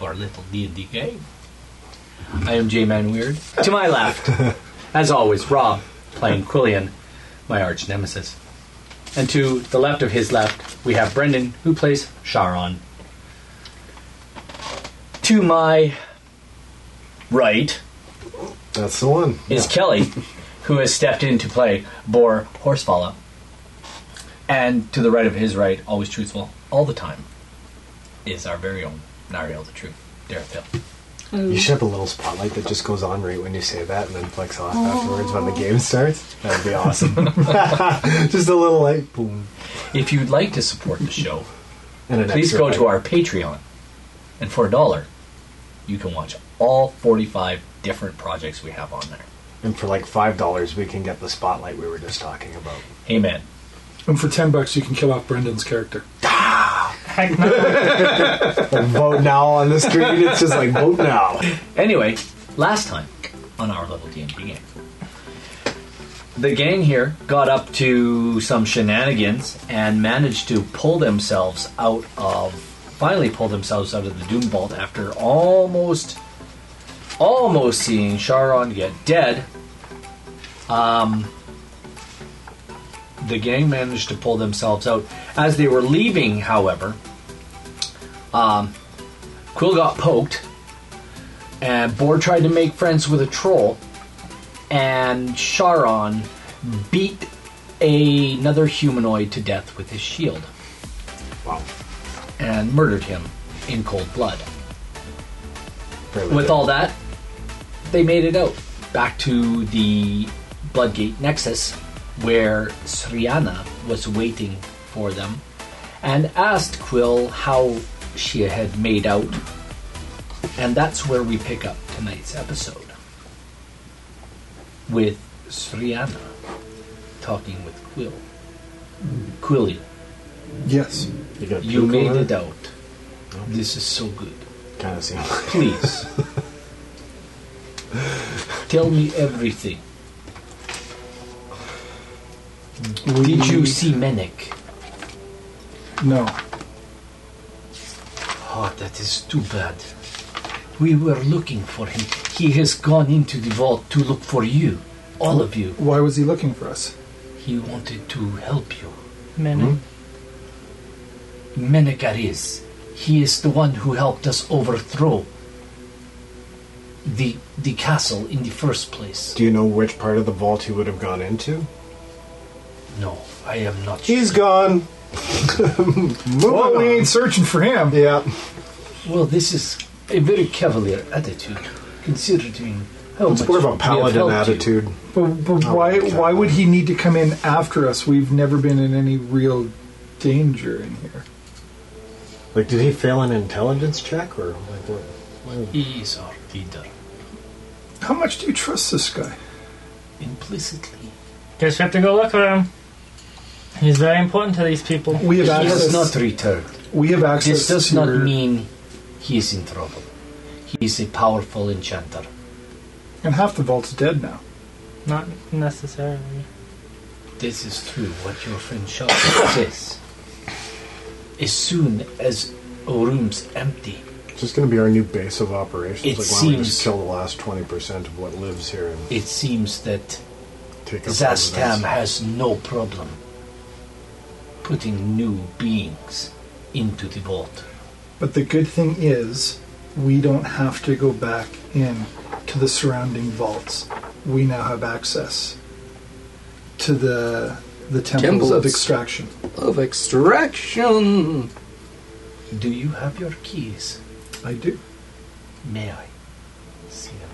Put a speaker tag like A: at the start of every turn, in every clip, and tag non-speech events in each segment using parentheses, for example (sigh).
A: little D&D game. I am J-Man Weird. To my left, as always, Rob, playing Quillian, my arch nemesis. And to the left of his left, we have Brendan, who plays Sharon. To my right
B: That's the one.
A: is Kelly, who has stepped in to play Boar Horsefollow. And to the right of his right, always truthful, all the time, is our very own Nariel the Truth, Dareth Hill.
B: You should have a little spotlight that just goes on right when you say that and then flicks off afterwards when the game starts. That would be awesome. (laughs) just a little light, boom.
A: If you'd like to support the show,
B: And an
A: please
B: extra
A: go
B: light.
A: to our Patreon. And for a dollar, you can watch all 45 different projects we have on there.
B: And for like $5, we can get the spotlight we were just talking about.
A: Hey, man.
C: And for 10 bucks, you can kill off Brendan's character.
D: Heck no.
B: Like, vote (laughs) now on the screen. It's just like, vote now.
A: Anyway, last time on our level D&D game, the gang here got up to some shenanigans and managed to pull themselves out of, finally pull themselves out of the Doom Vault after almost, almost seeing Sharon get dead. Um, the gang managed to pull themselves out. As they were leaving, however, um, Quill got poked and Boar tried to make friends with a troll, and Charon beat another humanoid to death with his shield
B: Wow.
A: and murdered him in cold blood.
B: Fairly
A: With
B: good.
A: all that, they made it out back to the Bloodgate Nexus, where Sriana was waiting for them and asked Quill how she had made out. And that's where we pick up tonight's episode with Sriana talking with Quill. Quilly,
C: Yes.
B: You, gonna
A: you
B: puke
A: made
B: over
A: it
B: there?
A: out. This is so good.
B: Kind of seemed like
A: Please. Tell me everything. Did you see Menek?
C: No.
A: Oh, that is too bad. We were looking for him. He has gone into the vault to look for you. All of you.
C: Why was he looking for us?
A: He wanted to help you. Hmm?
D: Minute.
A: Menek Ariz. He is the one who helped us overthrow the the castle in the first place.
B: Do you know which part of the vault he would have gone into?
A: No, I am not sure.
B: He's gone. (laughs) Moving
C: Well, we
B: on.
C: ain't searching for him.
B: Yeah.
A: Well, this is a very cavalier attitude, considering how
B: It's
A: much
B: more of a
A: we have
B: paladin
A: helped you.
B: attitude.
C: But, but
B: Oh,
C: why,
B: okay.
C: why would he need to come in after us? We've never been in any real danger in here.
B: Like, did he fail an intelligence check or like what? why-
A: He is our leader,
C: How much do you trust this guy?
A: implicitly.
D: Guess we have to go look for him. He's very important to these people.
C: We have
A: he
C: access.
A: has not returned.
C: we have access.
A: This does
C: to
A: not mean he is in trouble. He is a powerful enchanter.
C: And half the vault's dead now.
D: Not necessarily.
A: This is true, what your friend Shaw (coughs) says. As soon as a room's empty,
B: It's just going to be our new base of operations.
A: It
B: like, why don't we
A: seems-
B: just kill the last twenty percent of what lives here and
A: it seems that
B: take up
A: Zastam
B: residence?
A: has no problem putting new beings into the vault.
C: But the good thing is, we don't have to go back in to the surrounding vaults. We now have access to the the temples of
E: Temples.
C: extraction.
E: of extraction.
A: Do you have your keys?
C: I do.
A: May I see them?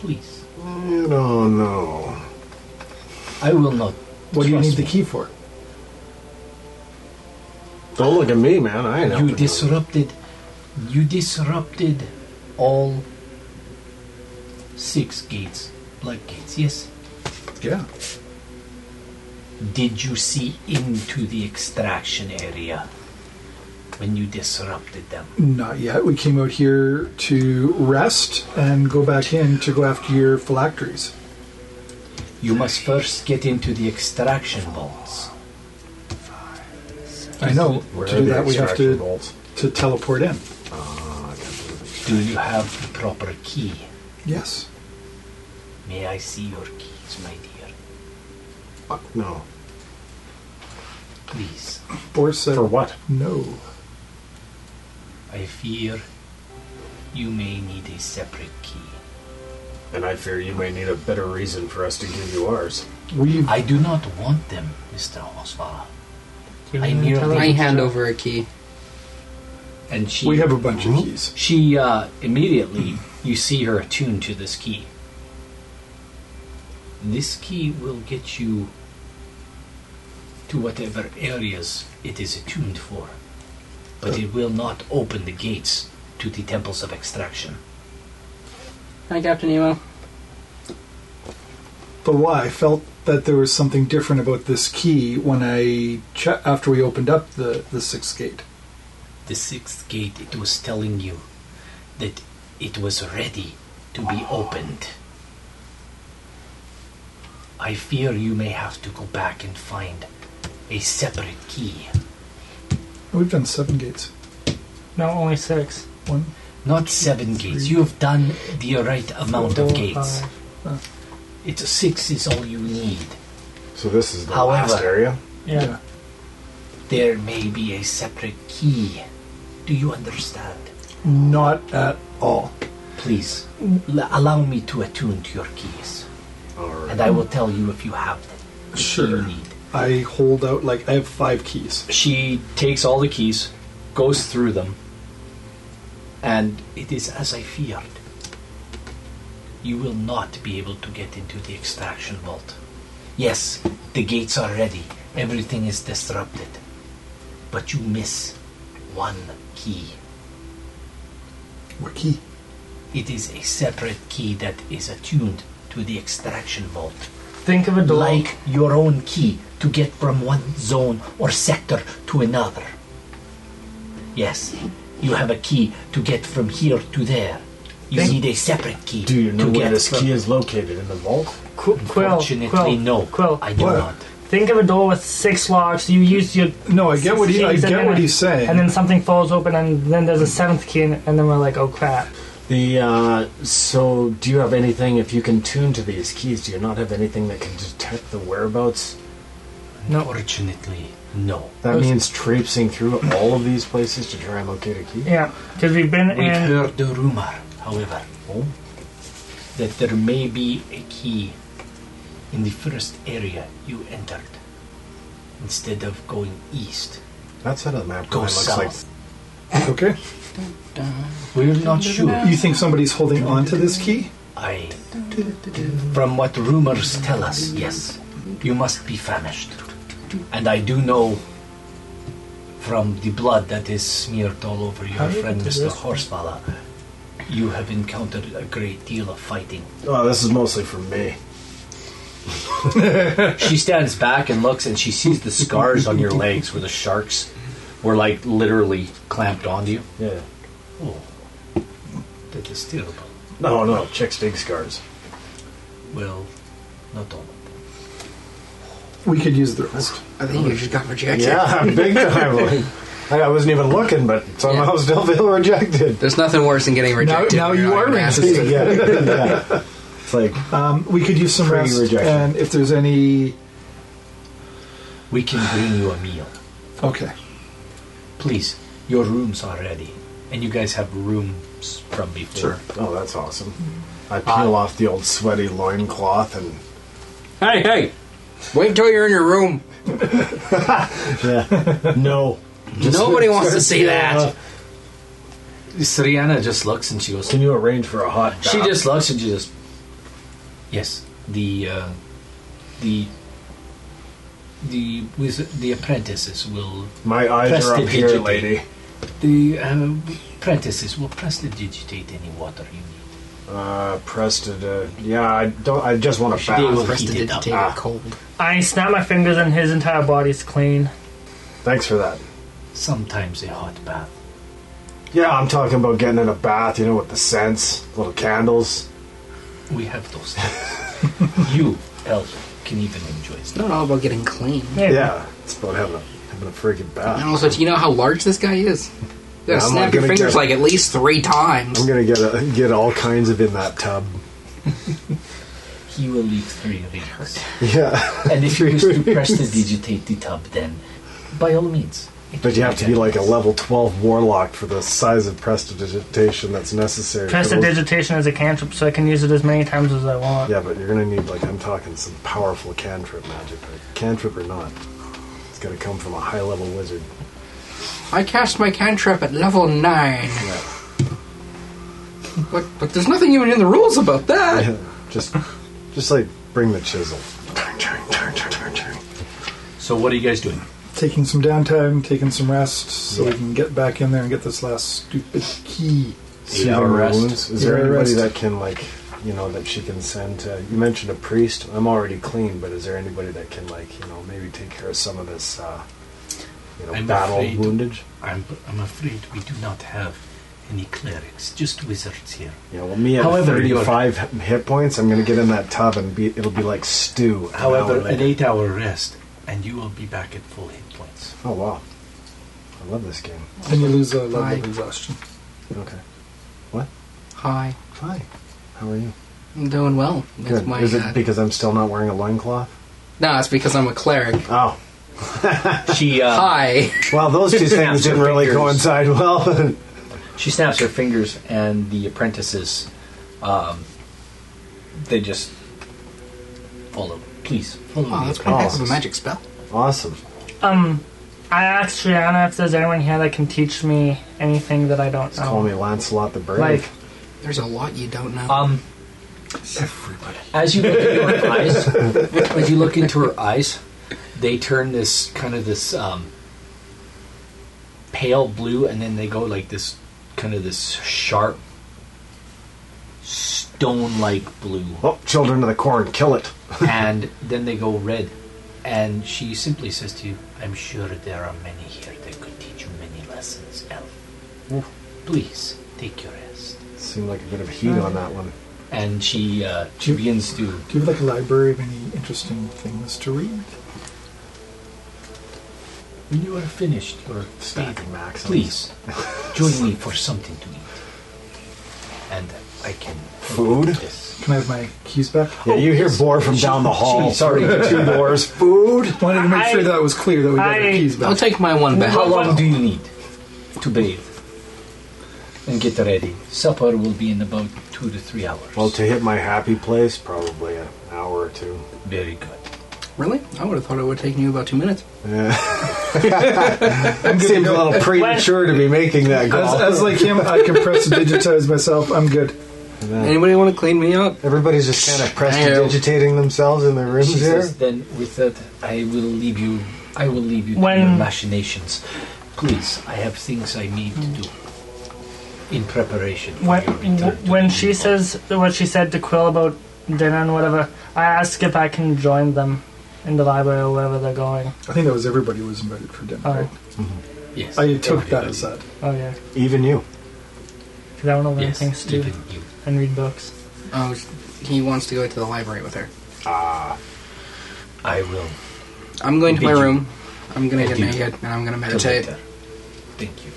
A: Please.
B: You don't know.
A: I will not.
C: What do you need
A: Trust
C: the
A: me.
C: key for?
B: Don't look at me, man. I know.
A: You disrupted. You disrupted all six gates, black gates. Yes.
C: Yeah.
A: Did you see into the extraction area when you disrupted them?
C: Not yet. We came out here to rest and go back in to go after your phylacteries.
A: You must first get into the extraction vaults.
C: I know.
B: Where
C: to
B: are
C: do
B: the
C: that, we have
B: extraction
C: to
B: bolts?
C: to teleport in.
A: Do you have the proper key?
C: Yes.
A: May I see your keys, my dear?
B: Fuck no.
A: Please.
C: Boris said,
B: For what?
C: no.
A: I fear you may need a separate key.
B: And I fear you may need a better reason for us to give you ours.
C: We've
A: I do not want them, Mr. Oswald.
D: Do you
A: I
D: mean
A: nearly-
D: tell her-
A: I
E: I hand over a key.
A: And she
C: we have a bunch
A: Mhm.
C: of keys.
A: She uh, immediately, you see her attuned to this key. This key will get you to whatever areas it is attuned for, but it will not open the gates to the temples of extraction.
E: Hi, Captain Nemo.
C: But why? I felt that there was something different about this key when I che- after we opened up the the sixth gate.
A: The sixth gate, it was telling you that it was ready to be opened. I fear you may have to go back and find a separate key.
C: We've done seven gates.
D: No, only six.
C: One.
A: Not seven gates. You have done the right amount of
D: Four,
A: gates.
D: five.
A: It's six is all you need.
B: So this is the
A: However-
B: last area?
D: Yeah.
A: There may be a separate key. Do you understand?
C: Not at all.
A: Please l- allow me to attune to your keys,
B: Alright.
A: and I will tell you if you have them. if You
C: Sure.
A: need.
C: I hold out like I have five keys.
A: She takes all the keys, goes through them, and it is as I feared. You will not be able to get into the extraction vault. Yes, the gates are ready, everything is disrupted, but you miss one key.
C: What key?
A: It is a separate key that is attuned to the extraction vault.
D: Think of a door.
A: Like your own key to get from one zone or sector to another. Yes, you have a key to get from here to there. You
D: Thank-
A: need a separate key.
B: Do you know
A: to
B: where
A: get
B: this
A: from-
B: key is located? In the vault?
D: Qu- Quill.
A: Fortunately,
D: Quill.
A: no.
D: Quill.
A: I do
C: What?
A: not.
D: Think of a door with six locks. You use your.
C: No, I get what he I
D: keys and
C: get
D: then
C: what
D: a-
C: he's saying.
D: And then something falls open, and then there's a seventh key, and, and then we're like, oh crap.
B: The uh, so do you have anything if you can tune to these keys, do you not have anything that can detect the whereabouts?
D: No.
A: Fortunately, no.
B: That
D: Those-
B: means traipsing through all of these places to try and locate a key?
D: Yeah, because we've been
A: We've
D: in.
A: heard the rumor, however, that there may be a key in the first area you entered. Instead of going east,
B: That's out of the map.
A: go
B: really looks
A: south.
C: Okay.
A: We're not sure.
C: You think somebody's holding on to this key?
A: I. From what rumors tell us, yes, you must be famished. And I do know from the blood that is smeared all over your
D: How do you
A: friend,
D: get to
A: Mr.
D: this?
A: Horsefalla, you have encountered a great deal of fighting.
B: Oh, this is mostly for me.
A: she stands back and looks, and she sees the scars on your legs where the sharks were like literally clamped onto you.
B: Yeah.
A: Oh, that is terrible.
B: No, no, chicks dig scars.
A: Well, not all.
C: We could use the rest.
E: I think you just got rejected.
B: Yeah, (laughs) big time. Like, I I wasn't even looking, but somehow
E: Yeah.
B: still feel rejected.
E: There's nothing worse than getting rejected.
C: now
E: when
C: you
E: you're
C: are
E: not even asked.
C: racist.
B: (laughs) yeah, yeah. It's like
C: Um, we could use some
B: Free
C: rest.
B: rejection.
C: And if there's any,
A: We can bring you a meal.
C: okay.
A: Please, your rooms are ready. And you guys have rooms from before.
B: oh, that's awesome. I peel off the old sweaty loincloth and
E: Hey, hey! Wait till you're in your room.
B: yeah. (laughs) no.
E: (laughs) Nobody wants to see that.
B: Uh,
A: Sriana just looks and she goes.
B: Can you arrange for a hot bath?
A: she just looks and she just. Yes, the uh, the the wizard, the apprentices will
B: My eyes are up here,
A: Prestidigitate.
B: lady.
A: the uh, apprentices will prestidigitate any water you need.
B: Uh, Preston. Uh, yeah, I don't. I just want a
A: They will
B: bath.
A: heat it up.
E: Prestidigitate
B: Ah.
E: cold.
D: I snap my fingers, and his entire body's clean.
B: Thanks for that.
A: Sometimes a hot bath.
B: Yeah, I'm talking about getting in a bath. You know, with the scents, little candles.
A: We have those things.
B: (laughs)
A: you, elf, can even enjoy
E: It's
A: stuff.
E: not all about getting clean.
D: Maybe.
B: Yeah, it's about having a having a freaking bath.
E: And also, do you know how large this guy is? Yeah,
B: I'm not
E: snap your
B: gonna
E: fingers
B: go.
E: like at least three times.
B: I'm gonna get a, get all kinds of in that tub. (laughs)
A: He will leave three readers.
B: Yeah,
A: And if you wish
F: (laughs)
A: to press the digitate the tub, then by all means.
B: but you have to be like a level twelve warlock for the size of prestidigitation that's necessary. for those-
D: Prestidigitation is a cantrip, so I can use it as many times as I want.
B: Yeah, but you're gonna need like I'm talking some powerful cantrip magic. Right? Cantrip or not, it's gonna come from a high level wizard.
E: I cast my cantrip at level nine.
B: Yeah.
E: But, but there's nothing even in the rules about that.
B: Yeah, just, just like bring the chisel. Turn, turn, turn, turn, turn, turn.
A: So what are you guys doing?
C: Taking some downtime, taking some rest, so
B: Yeah.
C: we can get back in there and get this last stupid key.
A: Eight hour
B: Healing
A: rest.
B: wounds. Is
C: Eight
B: there
C: hour
B: anybody
C: rest.
B: that can like, you know, that she can send? To, you mentioned a priest. I'm already clean, but is there anybody that can like, you know, maybe take care of some of this, uh, you know,
F: I'm
B: battle
F: afraid.
B: woundage?
F: I'm, I'm afraid we do not have any clerics, just wizards here.
B: Yeah. Well, me at
A: However, you're-
B: 35 hit points, I'm gonna get in that tub and be. It'll be like stew. an
F: However,
B: hour
F: an
B: later.
F: eight hour rest, and you will be back at full hit points.
B: Oh wow, I love this game.
C: Then you lose a level
E: Hi.
C: of exhaustion.
B: Okay.
E: Hi,
B: Hi. How are you?
E: I'm doing well. That's
B: Good.
E: my.
B: Is
E: uh,
B: it because I'm still not wearing a loincloth?
E: no, it's because I'm a cleric.
B: Oh.
A: She uh,
E: Hi.
B: Well, those two things
A: Snaps her
B: didn't really
A: fingers.
B: coincide well.
A: She snaps her fingers, and the apprentices, um, they just follow. Please follow
E: Oh,
A: me.
E: that's one heck of
B: awesome.
E: a magic spell.
B: awesome.
D: Um, I asked Triana if there's anyone here that can teach me anything that I don't
B: Just
D: know.
B: call me Lancelot the Brave.
D: Oh. Like,
E: There's a lot you don't know.
A: Um,
B: Everybody.
A: as you look into her eyes, as you look into her eyes, they turn this kind of this um, pale blue, and then they go like this kind of this sharp stone-like blue,
B: Oh, children of the corn, kill it.
A: and then they go red. And she simply says to you, "I'm sure there are many here that could teach you many lessons, Elf. Please take your rest."
B: Seemed like a bit of heat on that one.
A: And she uh, she begins to
C: Do you have like a library of any interesting things to read?
A: When you are finished your
B: Stacking
A: bathing,
B: max.
A: please join me for something to eat. And I can
B: Food?
A: Yes.
C: Can I have my keys back?
B: Yeah, you hear Boar from down the hall.
A: Gee, sorry.
B: (laughs) Two doors. Food?
C: Wanted to make
D: I-
C: sure that was clear that we got our
D: I-
C: keys
E: I'll
C: back.
E: take my one back.
A: How long do you need to bathe and get ready? Supper will be in about two to three hours.
B: Well, to hit my happy place, probably an hour or two.
A: Very good.
E: Really? I would have thought it would have taken you about two minutes.
B: Yeah. Seems a little premature to be making that
C: As,
B: call.
C: as like him, I can press digitize myself. I'm good.
B: Yeah.
E: Anybody want to clean me up?
B: Everybody's just kind of
E: Hang on.
B: prestidigitating themselves in their rooms
A: She
B: here.
A: says, then with that, I will leave you. I will leave you
D: When-
A: to your machinations. Please, I have things I need to do in preparation for
D: when,
A: your return. to
D: when
A: the
D: she
A: Unicorn.
D: says what she said to Quill about dinner and whatever, I asked if I can join them in the library or wherever they're going.
C: I think that was everybody was invited for dinner.
D: Oh,
C: right?
A: yes,
C: I Oh, took that
A: everybody.
C: as that.
D: oh yeah.
B: Even you.
D: Because I want to learn
A: Yes,
D: things too
A: even you.
D: and read books.
E: Oh, he wants to go to the library with her.
A: I will
E: I'm going to my
A: Did you-
E: room. I'm gonna get
A: Did you-
E: naked and I'm gonna
A: till
E: meditate.
A: later. Thank you.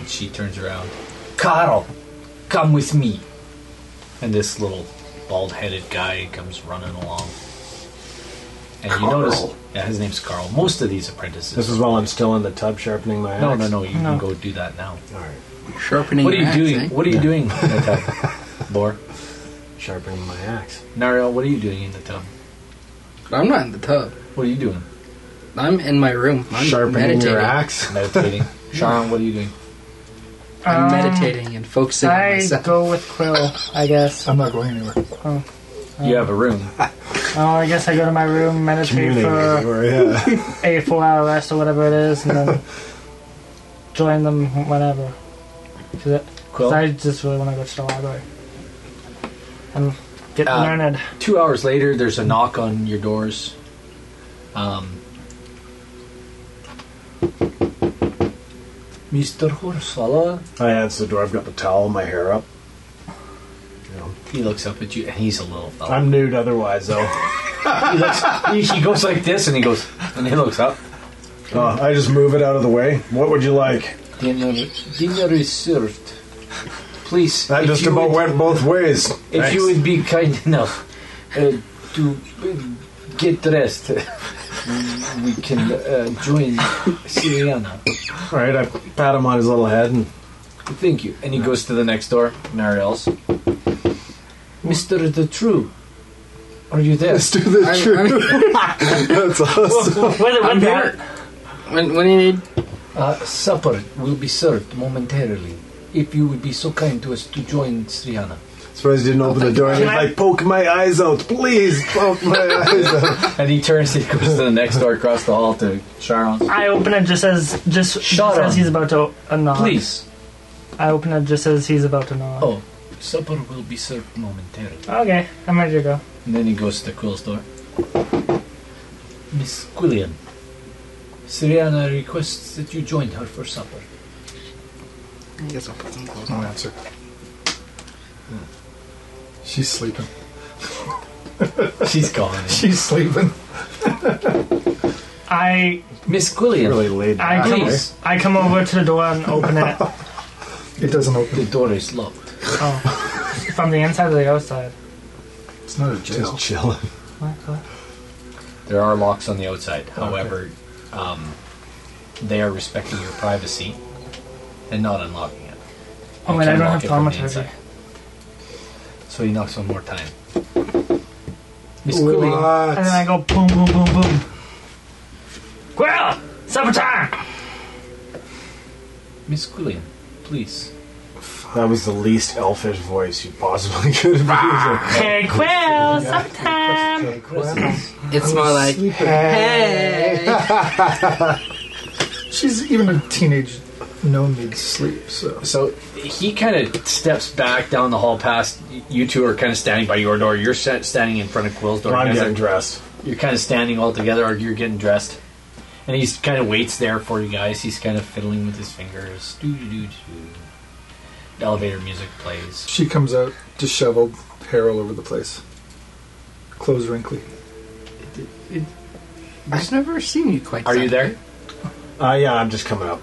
A: And she turns around. Carl, come with me. And this little bald-headed guy comes running along. And you notice,
E: Carl.
A: yeah, his name's Carl. Most of these apprentices.
B: This is while I'm still in the tub sharpening my axe.
A: no, no, no. You
D: No.
A: can go do that now.
B: All right,
E: Sharpening.
A: What are you
E: your axe,
A: doing?
E: eh?
A: What are you doing in the (laughs) tub, Bor?
B: sharpening my axe.
A: Nariel, what are you doing in the tub?
E: eh? I'm not in the tub.
A: What are you doing?
E: I'm in my room. I'm
B: sharpening
E: meditating.
B: your axe.
A: Meditating. Sean, what are you doing?
E: I'm
D: Um,
E: meditating and focusing on
D: I
E: myself.
D: go with Quill,
B: (laughs)
D: I guess.
C: I'm not going anywhere.
A: you have a (laughs) room.
D: Oh, I guess I go to my room, meditate
B: Communing
D: for
B: everywhere, yeah.
D: a four-hour rest or whatever it is, and
B: (laughs)
D: then join them whenever. 'Cause it-
A: Quill?
D: I just really want to go to the library and get
A: Uh, (laughs)
D: (laughs) learned.
A: two hours later, there's a knock on your doors. Um, Mr. Horsala,
B: I answer the door. I've got the towel, my hair up. You know,
A: he looks up at you, and he's a little fella.
B: I'm nude otherwise, though.
A: He, looks, he, he goes like this, and he goes, and he looks up,
B: Uh, I just move it out of the way. What would you like?
A: Dinner, dinner is served. Please,
B: That
A: if
B: just
A: you
B: about
A: would,
B: went both ways.
A: If
B: Thanks.
A: you would be kind enough uh, to uh, get dressed, uh, we can uh, join Siriana.
B: All right, I pat him on his little head and
A: Thank you. And he goes to the next door, Marielle's. Mister the True, are you there?
B: let's do the
E: I'm- (laughs)
B: truth. That's (laughs) awesome.
D: What, what that?
E: What, what do you need?
A: Uh, supper will be served momentarily. If you would be so kind to us to join Sriana.
B: Surprised you didn't open the door. And he's
D: Can I-
B: like, poke my eyes out, please, poke my eyes out.
A: And he turns, he goes to the next door across the hall to Sharon.
D: I open it just as just, just
A: Shut up.
D: as he's about to uh, nod.
A: Please.
D: I open it just as he's about to nod.
A: Oh, supper will be served momentarily.
D: Okay, I'm ready to go.
A: And then he goes to Quill's door. Miss Quillian, Siriana requests that you join her for supper.
E: I guess I'll put them close.
C: No answer. She's sleeping. (laughs)
A: She's gone.
C: She's sleeping.
D: I
A: Miss Quillian,
B: Really laid
D: I
B: back.
D: come
A: Please.
D: I come over to the door and
A: (laughs)
D: open it
C: It doesn't open.
A: the door is locked.
D: oh, from the inside or the outside.
C: It's not a jail.
B: Just chilling.
D: What? What?
A: There are locks on the outside. However, um, they are respecting your privacy and not unlocking it.
D: Oh
A: You
D: wait, I
A: can
D: don't
A: lock it
D: have
A: from the
D: thaumaturgy.
A: inside. So he knocks one more time. Miss
C: uh,
A: Quillian,
D: And then I
B: What?
D: go boom, boom, boom, boom. Quill, supper time.
A: Miss Quillian, please.
B: That was the least elfish voice you possibly (laughs) could
A: Ah!
B: have
D: Hey, Quill, supper time.
C: Okay, well,
A: Presents.
E: It's
D: Oh,
E: more like,
C: sleeping.
E: hey.
C: She's even a teenage gnome needs sleep, so.
A: So he kind of steps back down the hall past you two are kind of standing by your door. You're sta- standing in front of Quill's door.
B: used. I'm
A: Guys,
B: getting
A: like,
B: dressed.
A: you're kind of standing all together, or you're getting dressed. And he's kind of waits there for you guys. He's kind of fiddling with his fingers. Doo doo doo doo. Elevator music plays.
C: She comes out disheveled, hair all over the place. Clothes wrinkly.
E: I've never seen you quite
A: Are you there?
B: Uh, yeah, I'm just coming up.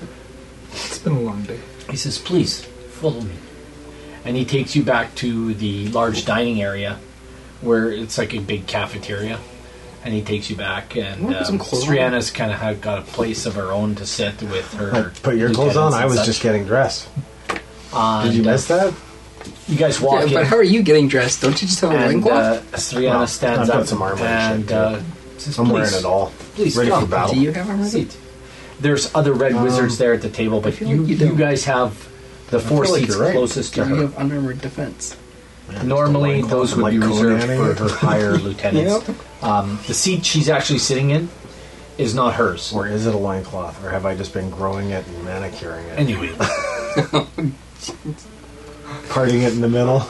C: It's been a long day.
A: He says, "Please follow me," and he takes you back to the large dining area, where it's like a big cafeteria. And he takes you back, and
E: Wanna put some
A: um,
E: clothes on?
A: Striana's kind of got a place of her own to sit with
B: I
A: her.
B: Uh, put your clothes on.
A: lieutenants
B: I
A: and
B: was
A: such.
B: just getting dressed.
A: Uh,
B: Did you
A: and, uh,
B: miss that?
A: You guys walk
E: Yeah, but
A: in,
E: how are you getting dressed? Don't you just have a
A: and
E: loincloth?
A: uh, Striana
B: Well,
A: stands
B: I've got
A: up
B: some armor and
A: and
B: shit,
A: uh, says,
B: I'm wearing
A: "Please,
B: it all.
A: Please
B: Ready
A: come.
B: for battle.
E: Do you have armor?
A: Seat. There's other red
B: Um,
A: wizards there at the table, but
E: feel
A: you,
E: like you
A: you
E: don't.
A: guys have the four
B: feel like
A: seats
B: you're right.
A: closest
E: Do
A: to
E: you
A: her.
E: have unarmored defense?
A: Normally, those would
B: Like
A: be reserved
B: Conan.
A: for her
B: (laughs)
A: higher lieutenants. Um, the seat she's actually sitting in is not hers.
B: Or is it a loincloth? Or have I just been growing it and manicuring it?
A: Anyway,
B: Parting it in the middle?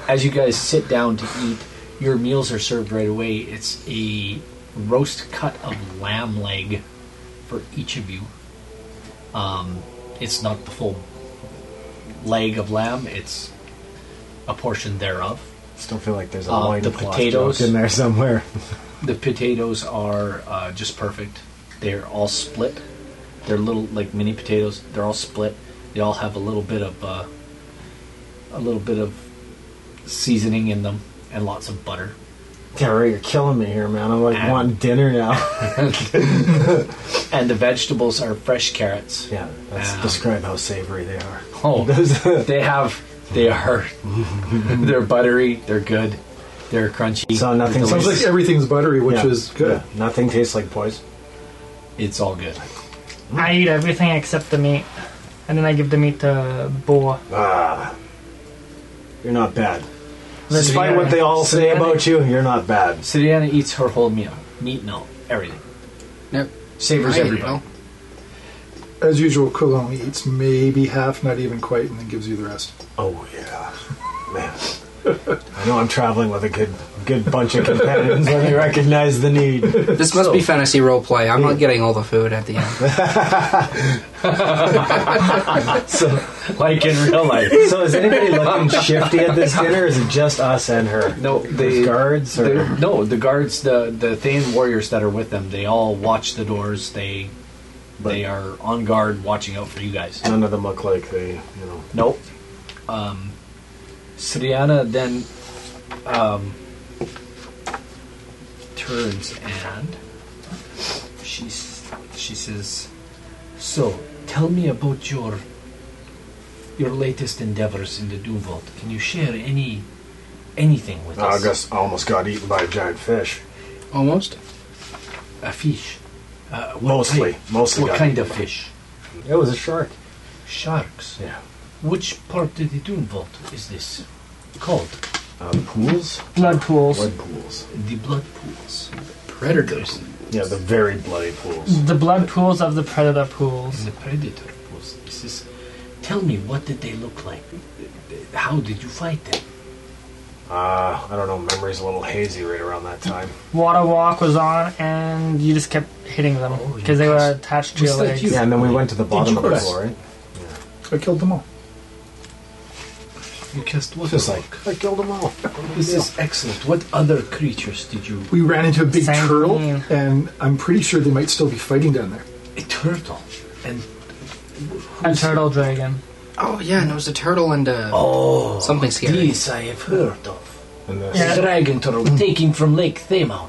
B: (laughs)
A: as you guys sit down to eat, your meals are served right away. It's a roast cut of lamb leg for each of you. Um, it's not the full leg of lamb; it's a portion thereof.
B: Still feel like there's a
A: Uh, the
B: loincloth joke
A: potatoes.
B: in there somewhere.
A: The potatoes are uh, just perfect. They're all split. They're little like mini potatoes. They're all split. They all have a little bit of uh, a little bit of seasoning in them and lots of butter.
B: (laughs) Terry, you're killing me here, man. I'm like
A: Ah.
B: wanting
A: (laughs)
B: dinner now.
A: And the vegetables are fresh carrots.
B: yeah, let's
A: Ah.
B: describe how savory they are.
A: Oh, (laughs) they have they are (laughs) they're buttery. They're good. They're crunchy.
B: So nothing
A: they're
B: like-
C: Sounds like
A: delicious.
C: everything's buttery, which is good.
B: Yeah, Nothing tastes like poison.
A: it's all good.
D: I eat everything except the meat, and then I give the meat to Boar.
B: Ah, you're not bad.
D: Let's
B: Despite
D: be-
B: what they all say
D: Siriana-
B: about you, you're not bad.
A: Siriana eats her whole meal. Meat, no, everything.
E: Yep.
A: Savors
E: I don't
A: everybody.
E: know.
C: As usual, Quill only eats maybe half, not even quite, and then gives you the rest.
B: Oh yeah, man. I know I'm traveling with a good good bunch of companions when they recognize the need.
E: This must be fantasy roleplay. I'm not getting all the food at the end.
A: So, (laughs) like in real life.
B: So is anybody looking shifty at this dinner? Or is it just us and her?
A: No,
B: Those
A: the
B: guards or
A: the- no, the guards, the the Thane warriors that are with them, they all watch the doors. They they are on guard, watching out for you guys.
B: none of them look like they you know
A: Nope. Um, Sriana then um, turns and she s- she says, "So, tell me about your your latest endeavors in the Doom Vault. Can you share any anything with us?
B: August almost got eaten by a giant fish.
E: Almost.
A: A fish. Uh, what
B: Mostly.
A: type-
B: Mostly
A: What
B: got
A: kind
B: eaten
A: of
B: by-
A: fish?
B: It was a shark.
A: Sharks.
B: Yeah.
A: Which part of the Doom Vault is this called?
B: Um, pools?
D: Blood pools.
B: Blood pools.
A: The Blood Pools.
E: Predators.
B: Yeah, the very bloody pools.
D: The blood pools of the predator pools.
A: The predator was. This is. Tell me, what did they look like? How did you fight them?
B: Uh, I don't know, memory's a little hazy right around that time.
D: Water walk was on, and you just kept hitting them
A: Oh, you
D: because they were
A: cussed.
D: attached to your
A: Was that
D: legs.
A: you?
B: Yeah, and then we went to the bottom of the
A: Dangerous.
B: pool, right?
C: I killed them all.
A: You cast water.
B: Just like, I killed them all.
A: this is excellent. What other creatures did you?
C: We ran into a big
D: Same
C: turtle,
D: thing.
C: and I'm pretty sure they might still be fighting down there.
A: A turtle and
D: A turtle dragon.
E: Oh yeah, and it was a turtle and uh,
A: oh,
E: Something scary.
A: This I have heard of.
B: And this.
D: Yeah.
A: Dragon turtle
E: Mm.
A: taking from Lake Thamount.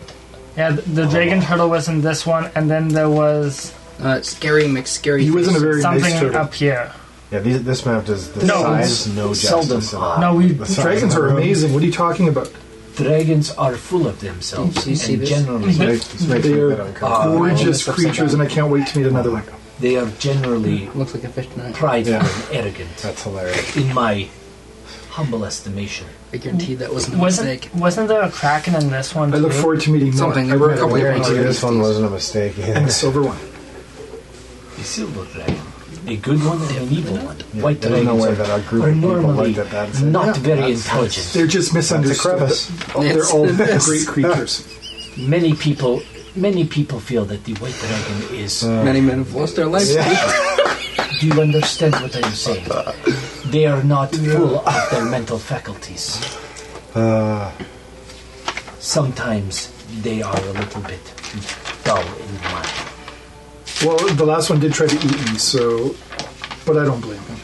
D: Yeah, th- the dragon
A: Oh.
D: turtle was in this one, and then there was
E: uh, scary McScary.
C: He wasn't a very
D: something
C: nice turtle.
D: up here.
B: Yeah, these, this map does the
D: No,
B: size no
A: seldom.
B: justice. in it.
C: Ah,
D: No, we
B: The size
C: Dragons
B: of
C: are
B: the room.
C: amazing. What are you talking about?
A: Dragons are full of themselves
E: You see
A: and
E: this?
B: It's
A: generally
B: make- it's making
C: They
B: me a
C: are
B: bit uncomfortable.
C: gorgeous
E: Oh, that's
C: creatures, and I can't wait to meet another one.
A: they are generally
E: Looks like a fish tonight.
A: prideful
B: Yeah.
A: and arrogant.
B: That's hilarious.
A: In my humble estimation,
E: I guarantee that wasn't a mistake.
D: Wasn't wasn't there a kraken in this one?
C: I look
D: too?
C: forward to meeting more.
E: Something.
C: I
E: There were a
C: read
E: couple
C: it.
E: of
B: Guarantee
E: Yeah.
B: this one wasn't a mistake.
C: and
B: Yeah.
C: the silver one.
A: a silver dragon, a good one and an evil one. White
B: There's no
A: dragons
B: way
A: are
B: that a group
A: are
B: of people
A: normally
B: looked at that and said,
A: not
B: "Yeah,
A: very
B: that's-
A: intelligent.
C: They're just misunderstood.
B: crevice.
C: Oh, They're
E: It's
C: all (laughs)
E: the best.
C: great
E: (laughs)
C: creatures.
A: Many people, many people feel that the white dragon is.
B: Uh,
E: Many men have lost their lives.
B: Yeah.
A: Do you understand what I'm saying?
B: uh,
A: They are not full of their mental faculties.
B: Uh,
A: Sometimes they are a little bit dull in the mind.
C: Well, the last one did try to eat me, so. But I don't blame him.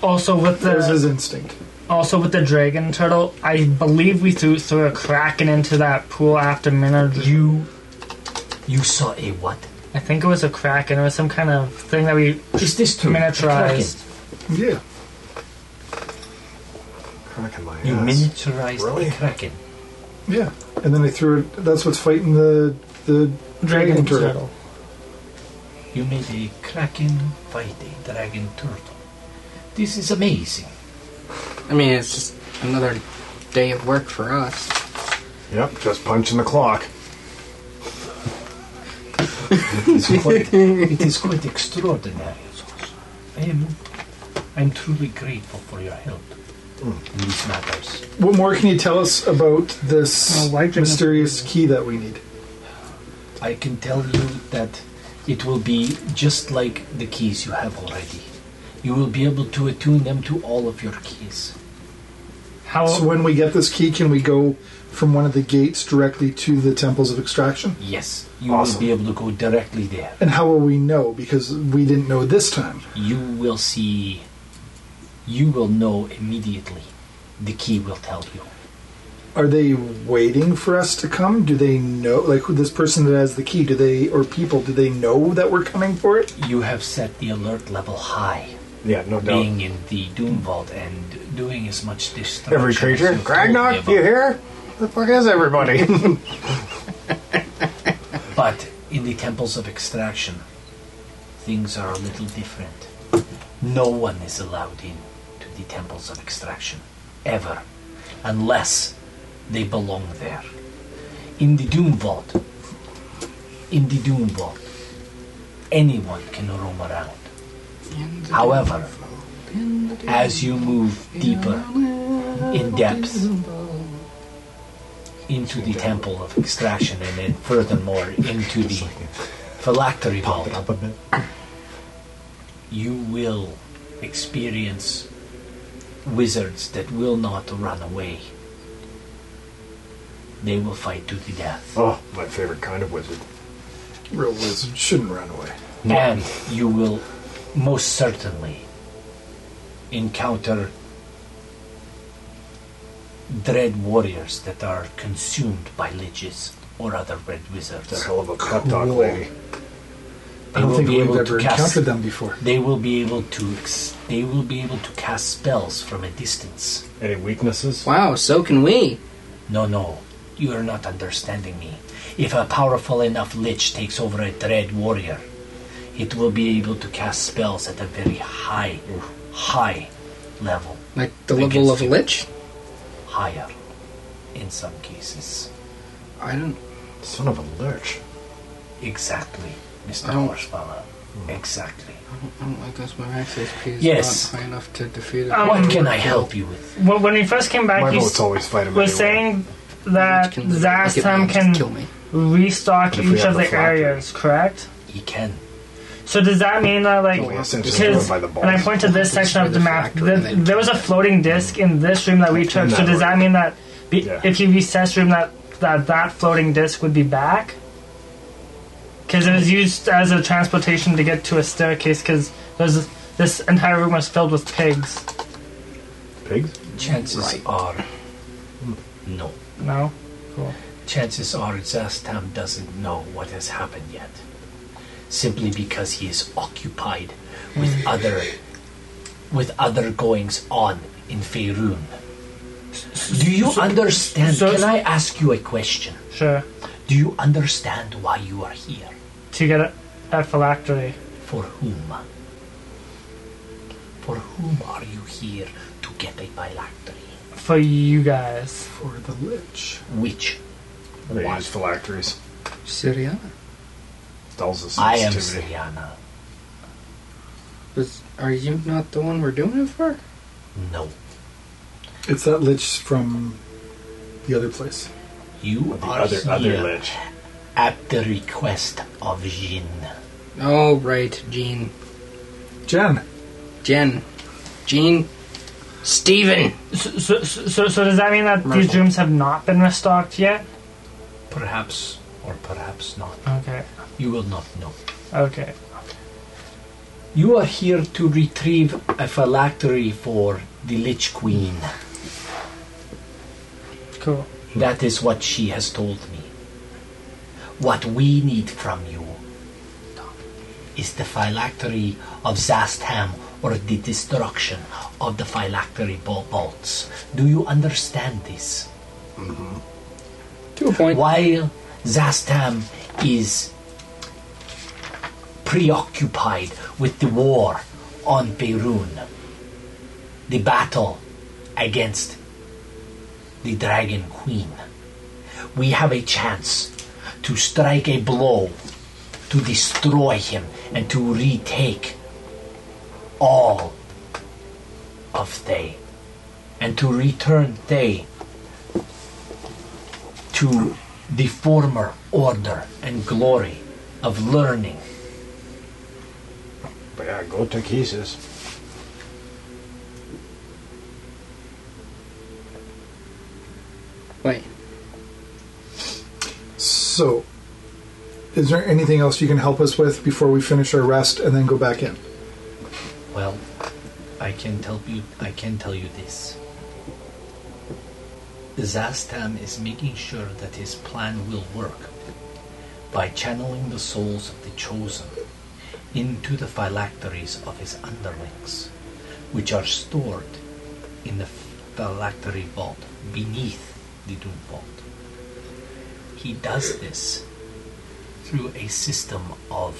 D: Also with
C: That was
D: the
C: his instinct.
D: also with the dragon turtle, I believe we threw threw a kraken into that pool after Minard.
A: You, you saw a what?
D: I think it was a kraken. It was some kind of thing that we
A: Is this true?
D: miniaturized.
C: Yeah.
B: cracking my
A: A kraken. You
B: ass.
A: miniaturized
B: Really?
A: a kraken.
C: Yeah. And then I threw it. That's what's fighting the. the
D: Dragon turtle.
A: You made a kraken fight a dragon turtle. This is amazing.
E: I mean, it's just another day of work for us.
B: Yep, just punching the clock.
A: It's quite, it is quite extraordinary. I am, I'm truly grateful for your help in these matters.
C: What more can you tell us about this
D: Oh, why didn't-
C: mysterious key that we need?
A: I can tell you that it will be just like the keys you have already. You will be able to attune them to all of your keys.
D: How
C: So when we get this key, can we go from one of the gates directly to the temples of extraction?
A: Yes, you
B: Awesome.
A: will be able to go directly there.
C: And how will we know? Because we didn't know this time.
A: You will see. You will know immediately. The key will tell you.
C: Are they waiting for us to come? Do they know, like, who this person that has the key? Do they, or people, do they know that we're coming for it?
A: You have set the alert level high.
B: Yeah, no doubt.
A: being in the Doom Vault and doing as much destruction.
B: Every creature.
A: as you
B: Cragnock,
A: told me
B: you
A: about.
B: here? The fuck is everybody? (laughs)
A: But in the temples of extraction, things are a little different. No one is allowed in to the temples of extraction ever, unless they belong there. In the Doom Vault, in the Doom Vault, anyone can roam around.
E: uh,
A: However, as you move deeper in depth into the temple of extraction and then furthermore into
B: Just
A: the
B: like
A: phylactery
B: pop it
A: pulp.
B: up a bit.
A: You will experience wizards that will not run away. They will fight to the death.
B: Oh, my favorite kind of wizard.
C: Real wizards shouldn't run away.
A: And you will most certainly encounter dread warriors that are consumed by liches or other red
B: That
A: wizards.
B: hell of a pep talk
C: Cool.
B: lady.
A: They
C: I don't
A: will
C: think
A: be
C: we've
A: able
C: ever
A: to cast-
C: encountered them before.
A: They will be able to ex- they will be able to cast spells from a distance.
B: Any weaknesses?
E: Wow, so can we.
A: No, no, you are not understanding me. If a powerful enough lich takes over a dread warrior, it will be able to cast spells at a very high, high level,
E: Like the
A: I
E: level
A: guess
E: of
A: you-
E: Lich?
A: higher in some cases.
E: I don't.
B: Son of a lurch.
A: Exactly, Mr.
E: Oh.
A: Horsefalla. Exactly.
E: I don't like this. My max HP is
A: Yes.
E: not high enough to defeat it.
D: Um,
A: What can I help you with?
D: When when we first came back,
B: My
D: you
B: vote's
D: s-
B: always fight him anyway.
D: was saying that
E: Lich look at me
D: Zastam
E: and just
D: can
E: kill me.
D: restock
B: But if we
D: each
B: have
D: of
B: the
D: the
B: flatter.
D: areas, correct?
A: He can.
D: So does that mean that like
B: Oh, yeah, since it's
D: because
B: run by the
D: and I
B: balls.
D: point to this
E: It's
D: section
E: by
D: of the
E: the
D: map,
E: factory
D: th-
E: and then-
D: there was a floating disc in this room that we took. So
B: No.
D: does that mean that be,
B: Yeah.
D: if you recess room that that that floating disc would be back? Because it was used as a transportation to get to a staircase. Because there's this entire room was filled with pigs.
B: Pigs?
A: Chances
E: Right.
A: are, hmm, no.
D: No, cool.
A: Chances are Zastam doesn't know what has happened yet. Simply because he is occupied with
B: (laughs)
A: other with other goings on in Faerun. Do you understand?
D: so-
A: Can I ask you a question?
D: Sure.
A: Do you understand why you are here?
D: To get a, a phylactery.
A: For whom? For whom are you here to get a phylactery?
D: for you guys.
C: For the Lich.
A: Which
B: They
A: Why?
B: use phylacteries.
E: Syria?
B: Dulls the
A: I am
B: sensitivity.
A: Siliana.
E: Was, are you not the one we're doing it for?
A: No.
C: It's that Lich from the other place.
A: You
B: The
A: are
B: other,
A: here
B: other lich.
A: at the request of Jin.
E: Oh, right. Jean.
C: Jen,
E: Jen. Jean. Steven!
D: So, so, so, so does that mean that these
E: Merciful.
D: rooms have not been restocked yet?
A: Perhaps or perhaps not.
D: Okay,
A: You will not know.
D: okay.
A: You are here to retrieve a phylactery for the Lich Queen.
D: Cool.
A: That is what she has told me. What we need from you is the phylactery of Zastam or the destruction of the phylactery bol- bolts. Do you understand this?
E: To a point.
A: While Zastam is preoccupied with the war on Beirun, the battle against the Dragon Queen, we have a chance to strike a blow to destroy him and to retake all of Thay and to return Thay to the former order and glory of learning.
B: But yeah, go to Kisis.
E: Wait.
C: so is there anything else you can help us with before we finish our rest and then go back in?
A: Well, I can tell you I can tell you this. Zastam is making sure that his plan will work by channeling the souls of the chosen into the phylacteries of his underlings, which are stored in the phylactery vault beneath the doom vault. He does this through a system of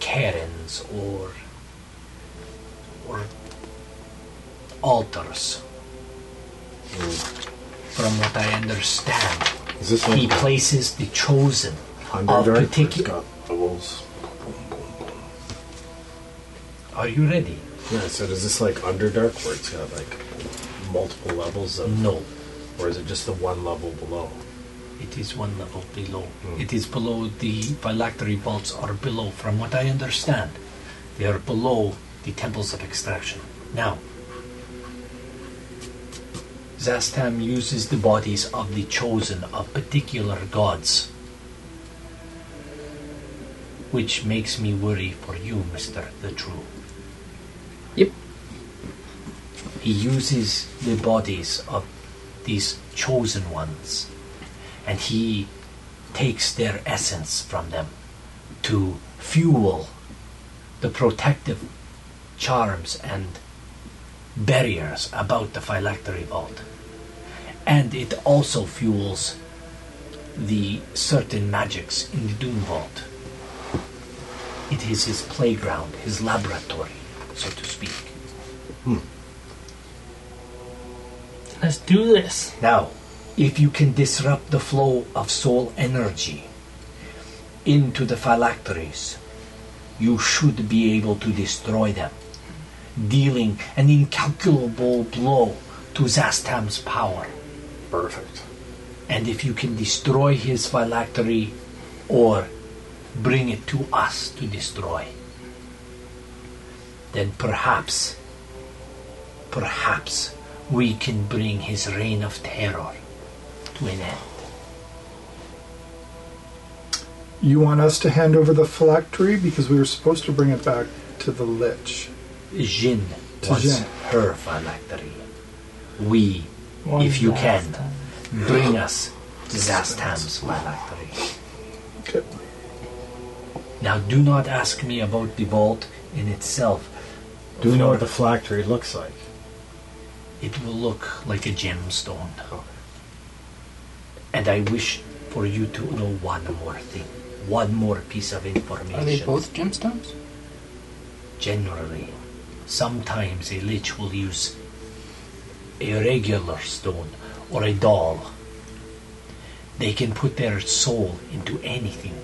A: Karens or or altars. From what I understand,
B: Hmm. Is this
A: he
B: like
A: places the chosen of
B: Underdark? It's
A: particular.
B: got bubbles.
A: Are you ready?
B: Yeah, so does this like Underdark where it's got like multiple levels of
A: No,
B: or is it just the one level below?
A: it is one level below. It is below the phylactery vaults are below, from what I understand. They are below the temples of extraction. Now, Zastam uses the bodies of the chosen of particular gods. Which makes me worry for you, Mr. The True.
E: Yep.
A: He uses the bodies of these chosen ones and he takes their essence from them to fuel the protective charms and barriers about the phylactery vault. And it also fuels the certain magics in the Doom Vault. It is his playground, his laboratory, so to speak.
D: Let's do this.
A: Now, if you can disrupt the flow of soul energy into the phylacteries, you should be able to destroy them, dealing an incalculable blow to Zastam's power.
B: Perfect.
A: And if you can destroy his phylactery or bring it to us to destroy, then perhaps, perhaps we can bring his reign of terror to an end.
C: You want us to hand over the phylactery because we were supposed to bring it back to the Lich.
A: Jin
C: To
A: was
C: Jin.
A: her phylactery. We,
D: One
A: if you
D: last
A: can,
D: time.
A: bring us Zastam's phylactery.
C: Okay.
A: Now, do not ask me about the vault in itself.
B: Do we know what
A: For
B: the phylactery looks like?
A: It will look like a gemstone. And I wish for you to know one more thing, one more piece of information.
E: Are they both gemstones?
A: Generally, sometimes a lich will use a regular stone or a doll. They can put their soul into anything.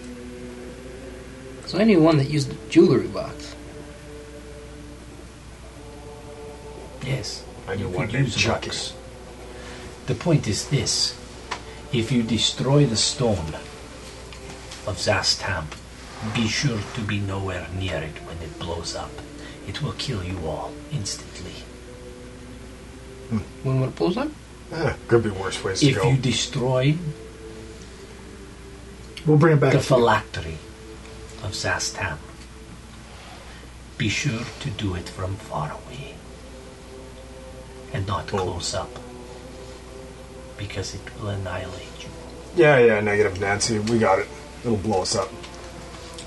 E: So I knew one that used the jewelry box.
A: Yes,
B: I
A: you
B: knew one
A: could
B: named
A: use
B: Chucky.
A: rocks. The point is this: if you destroy the stone of Zastam, be sure to be nowhere near it when it blows up. It will kill you all instantly.
E: When would it blows up?
B: Eh, could be worse ways to
A: If
B: go.
A: you destroy
C: We'll bring it back.
A: the
C: to you.
A: phylactery of Zastam. Be sure to do it from far away and not
B: Oh.
A: close up because it will annihilate you.
B: yeah, yeah, negative Nancy. We got it. It'll blow us up.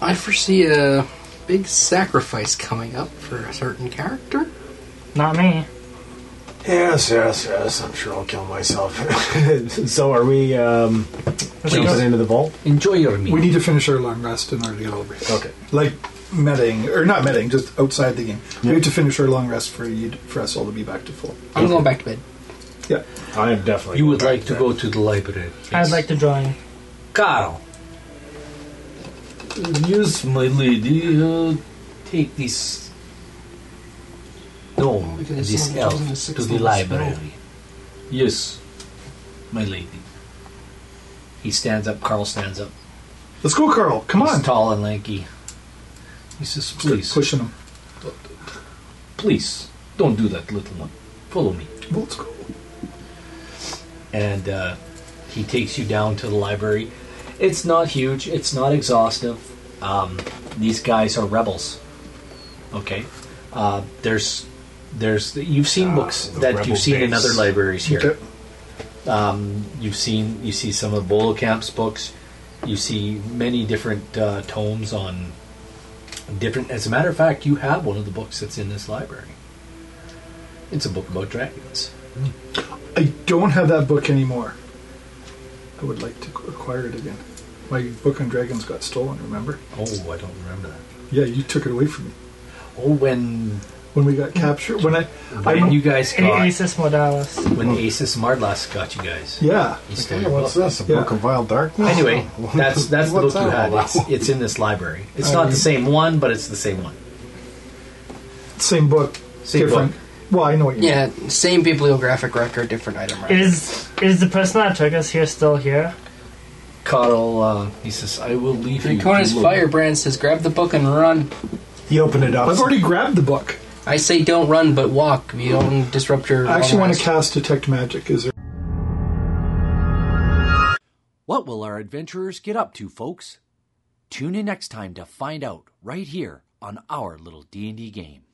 E: I foresee a big sacrifice coming up for a certain character.
D: Not me.
B: Yes, yes, yes. I'm sure I'll kill myself. (laughs) so are we um,
D: Let's go.
B: jumping into the vault?
A: Enjoy your meal.
C: We need to finish our long rest in order to get all the
B: Okay.
C: Like medding, or not medding, just outside the game. We
B: Yeah.
C: have to finish our long rest for you, for us all to be back to full.
E: I'm going back to bed.
C: Yeah.
B: I am definitely.
G: You
B: going
G: would
B: back
G: like to
B: that.
G: go to the library.
D: I'd like to join.
G: Carl. Yes, my lady. Uh, take this. No,
E: Because it's
G: this
E: not- it
G: elf
E: doesn't have
G: to
E: six
G: the
E: legs,
G: library. Yes, my lady. He stands up. Carl stands up.
C: Let's go, Carl. Come
G: He's
C: on.
G: tall and lanky. He says, "Please,
C: Pushing him.
G: please, don't do that, little one. Follow me."
C: Well, let's go.
G: and uh, he takes you down to the library. It's not huge. It's not exhaustive. Um, these guys are rebels. Okay, uh, there's there's you've seen
B: Ah,
G: books
B: the
G: that
B: rebel
G: you've seen in
B: base.
G: other libraries here.
C: Okay.
G: Um, you've seen you see some of Bolo Camp's books. You see many different uh, tomes on different. As a matter of fact, you have one of the books that's in this library. It's a book about dragons.
C: I don't have that book anymore. I would like to acquire it again. My book on dragons got stolen, remember?
G: Oh, I don't remember that.
C: Yeah, you took it away from me.
G: Oh, when
C: When we got captured, when I.
G: when
C: I'm-
G: you guys got
D: Aces Modalis.
G: when Asus Mardlas got you guys.
C: Yeah.
G: He stole
B: Okay,
G: your
B: what's
G: book.
B: this? A
C: Yeah.
B: book of vile darkness?
G: Anyway, that's that's the book
B: What's
G: you
B: that
G: had.
B: all
G: It's,
B: about?
G: it's in this library. It's
C: I
G: not the
C: mean-
G: same one, but it's the same one.
C: Same book,
A: See what-
C: different. Well, I know what you mean.
E: Yeah, same bibliographic record, different item record.
D: Is is the person that took us here still here?
A: Coddle, uh, he says, I will leave you.
E: Draconis
A: alone."
E: Firebrand says, grab the book and run.
B: You open it up.
C: I've already grabbed the book.
E: I say don't run, but walk. You don't disrupt your.
C: I actually want
E: allies.
C: to cast Detect Magic. Is there
F: What will our adventurers get up to, folks? Tune in next time to find out right here on our little D&D game.